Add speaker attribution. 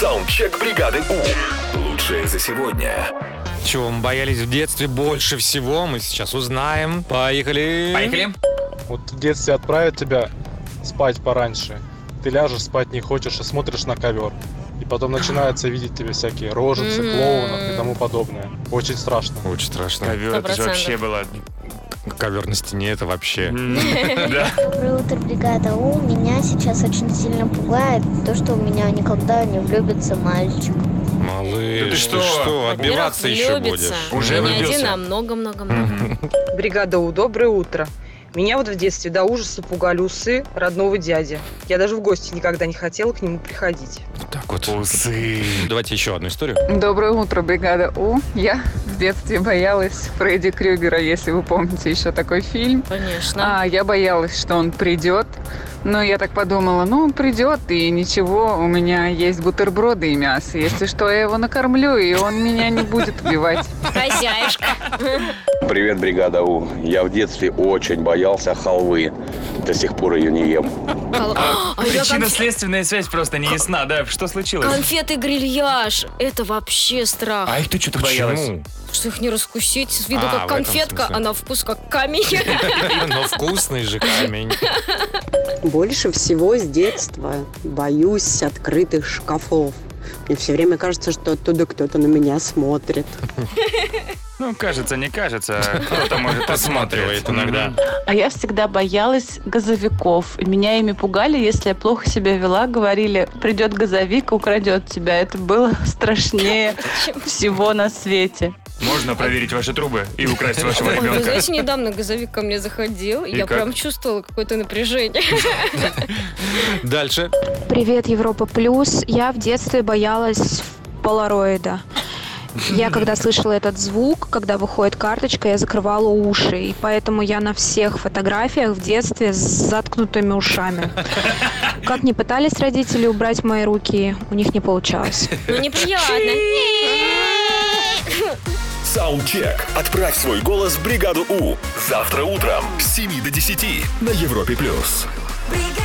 Speaker 1: Саундчек бригады У. Лучшее за сегодня.
Speaker 2: Чего мы боялись в детстве больше всего, мы сейчас узнаем. Поехали.
Speaker 3: Поехали.
Speaker 4: Вот в детстве отправят тебя спать пораньше. Ты ляжешь, спать не хочешь, а смотришь на ковер. И потом начинается видеть тебе всякие рожицы,
Speaker 5: Мгм.
Speaker 4: клоунов и тому подобное. Очень страшно.
Speaker 2: Очень страшно.
Speaker 3: Ковер, это же
Speaker 5: 100%.
Speaker 3: вообще было...
Speaker 2: Ковер на стене это вообще.
Speaker 3: М,
Speaker 6: Доброе утро, бригада У. Меня сейчас очень сильно пугает то, что у меня никогда не влюбится мальчик.
Speaker 2: Малыш,
Speaker 3: Да ты что?
Speaker 2: отбиваться еще
Speaker 5: влюбится.
Speaker 2: будешь?
Speaker 3: Уже
Speaker 5: не
Speaker 3: влюбился.
Speaker 5: один, а много-много-много.
Speaker 7: Бригада У, доброе утро. Меня вот в детстве до ужаса пугали усы родного дяди. Я даже в гости никогда не хотела к нему приходить.
Speaker 2: Вот Так вот.
Speaker 3: Усы.
Speaker 2: Давайте еще одну историю.
Speaker 8: Доброе утро, бригада У. Я в детстве боялась Фредди Крюгера, если вы помните еще такой фильм.
Speaker 5: Конечно.
Speaker 8: А, я боялась, что он придет. Но я так подумала, ну, он придет, и ничего, у меня есть бутерброды и мясо. Если что, я его накормлю, и он меня не будет убивать.
Speaker 5: Хозяюшка.
Speaker 9: Привет, бригада У. Я в детстве очень боялся халвы. До сих пор ее не ем.
Speaker 5: А я конф-
Speaker 3: Причинно-следственная связь просто не ясна, да? Что случилось?
Speaker 5: Конфеты грильяж. Это вообще страх.
Speaker 3: А их ты что-то боялась?
Speaker 2: Почему?
Speaker 5: Что их не раскусить. С виду
Speaker 2: А,
Speaker 5: как
Speaker 2: в этом
Speaker 5: конфетка,
Speaker 2: смысле.
Speaker 5: а на вкус как камень.
Speaker 2: Но вкусный же камень.
Speaker 10: Больше всего с детства боюсь открытых шкафов. Мне все время кажется, что оттуда кто-то на меня смотрит.
Speaker 3: Ну, кажется, не кажется. а Кто-то, может,
Speaker 2: Подсматривает
Speaker 3: посматривает
Speaker 2: иногда.
Speaker 11: А я всегда боялась газовиков. И Меня ими пугали, если я плохо себя вела, говорили, придет газовик, украдет тебя. Это было страшнее всего на свете.
Speaker 3: Можно проверить ваши трубы и украсть вашего
Speaker 5: Ой, вы
Speaker 3: ребенка.
Speaker 5: знаете, недавно газовик ко мне заходил, и
Speaker 3: И
Speaker 5: я
Speaker 3: как?
Speaker 5: прям чувствовала какое-то напряжение.
Speaker 2: Дальше.
Speaker 11: Привет, Европа Плюс. Я в детстве боялась полароида. Я когда слышала этот звук, когда выходит карточка, я закрывала уши. И поэтому я на всех фотографиях в детстве с заткнутыми ушами. Как ни пытались родители убрать мои руки, у них не получалось.
Speaker 5: Ну, неприятно.
Speaker 1: Саундчек. Отправь свой голос в бригаду У. Завтра утром с 7 до 10 на Европе+. плюс.
Speaker 6: Бригада!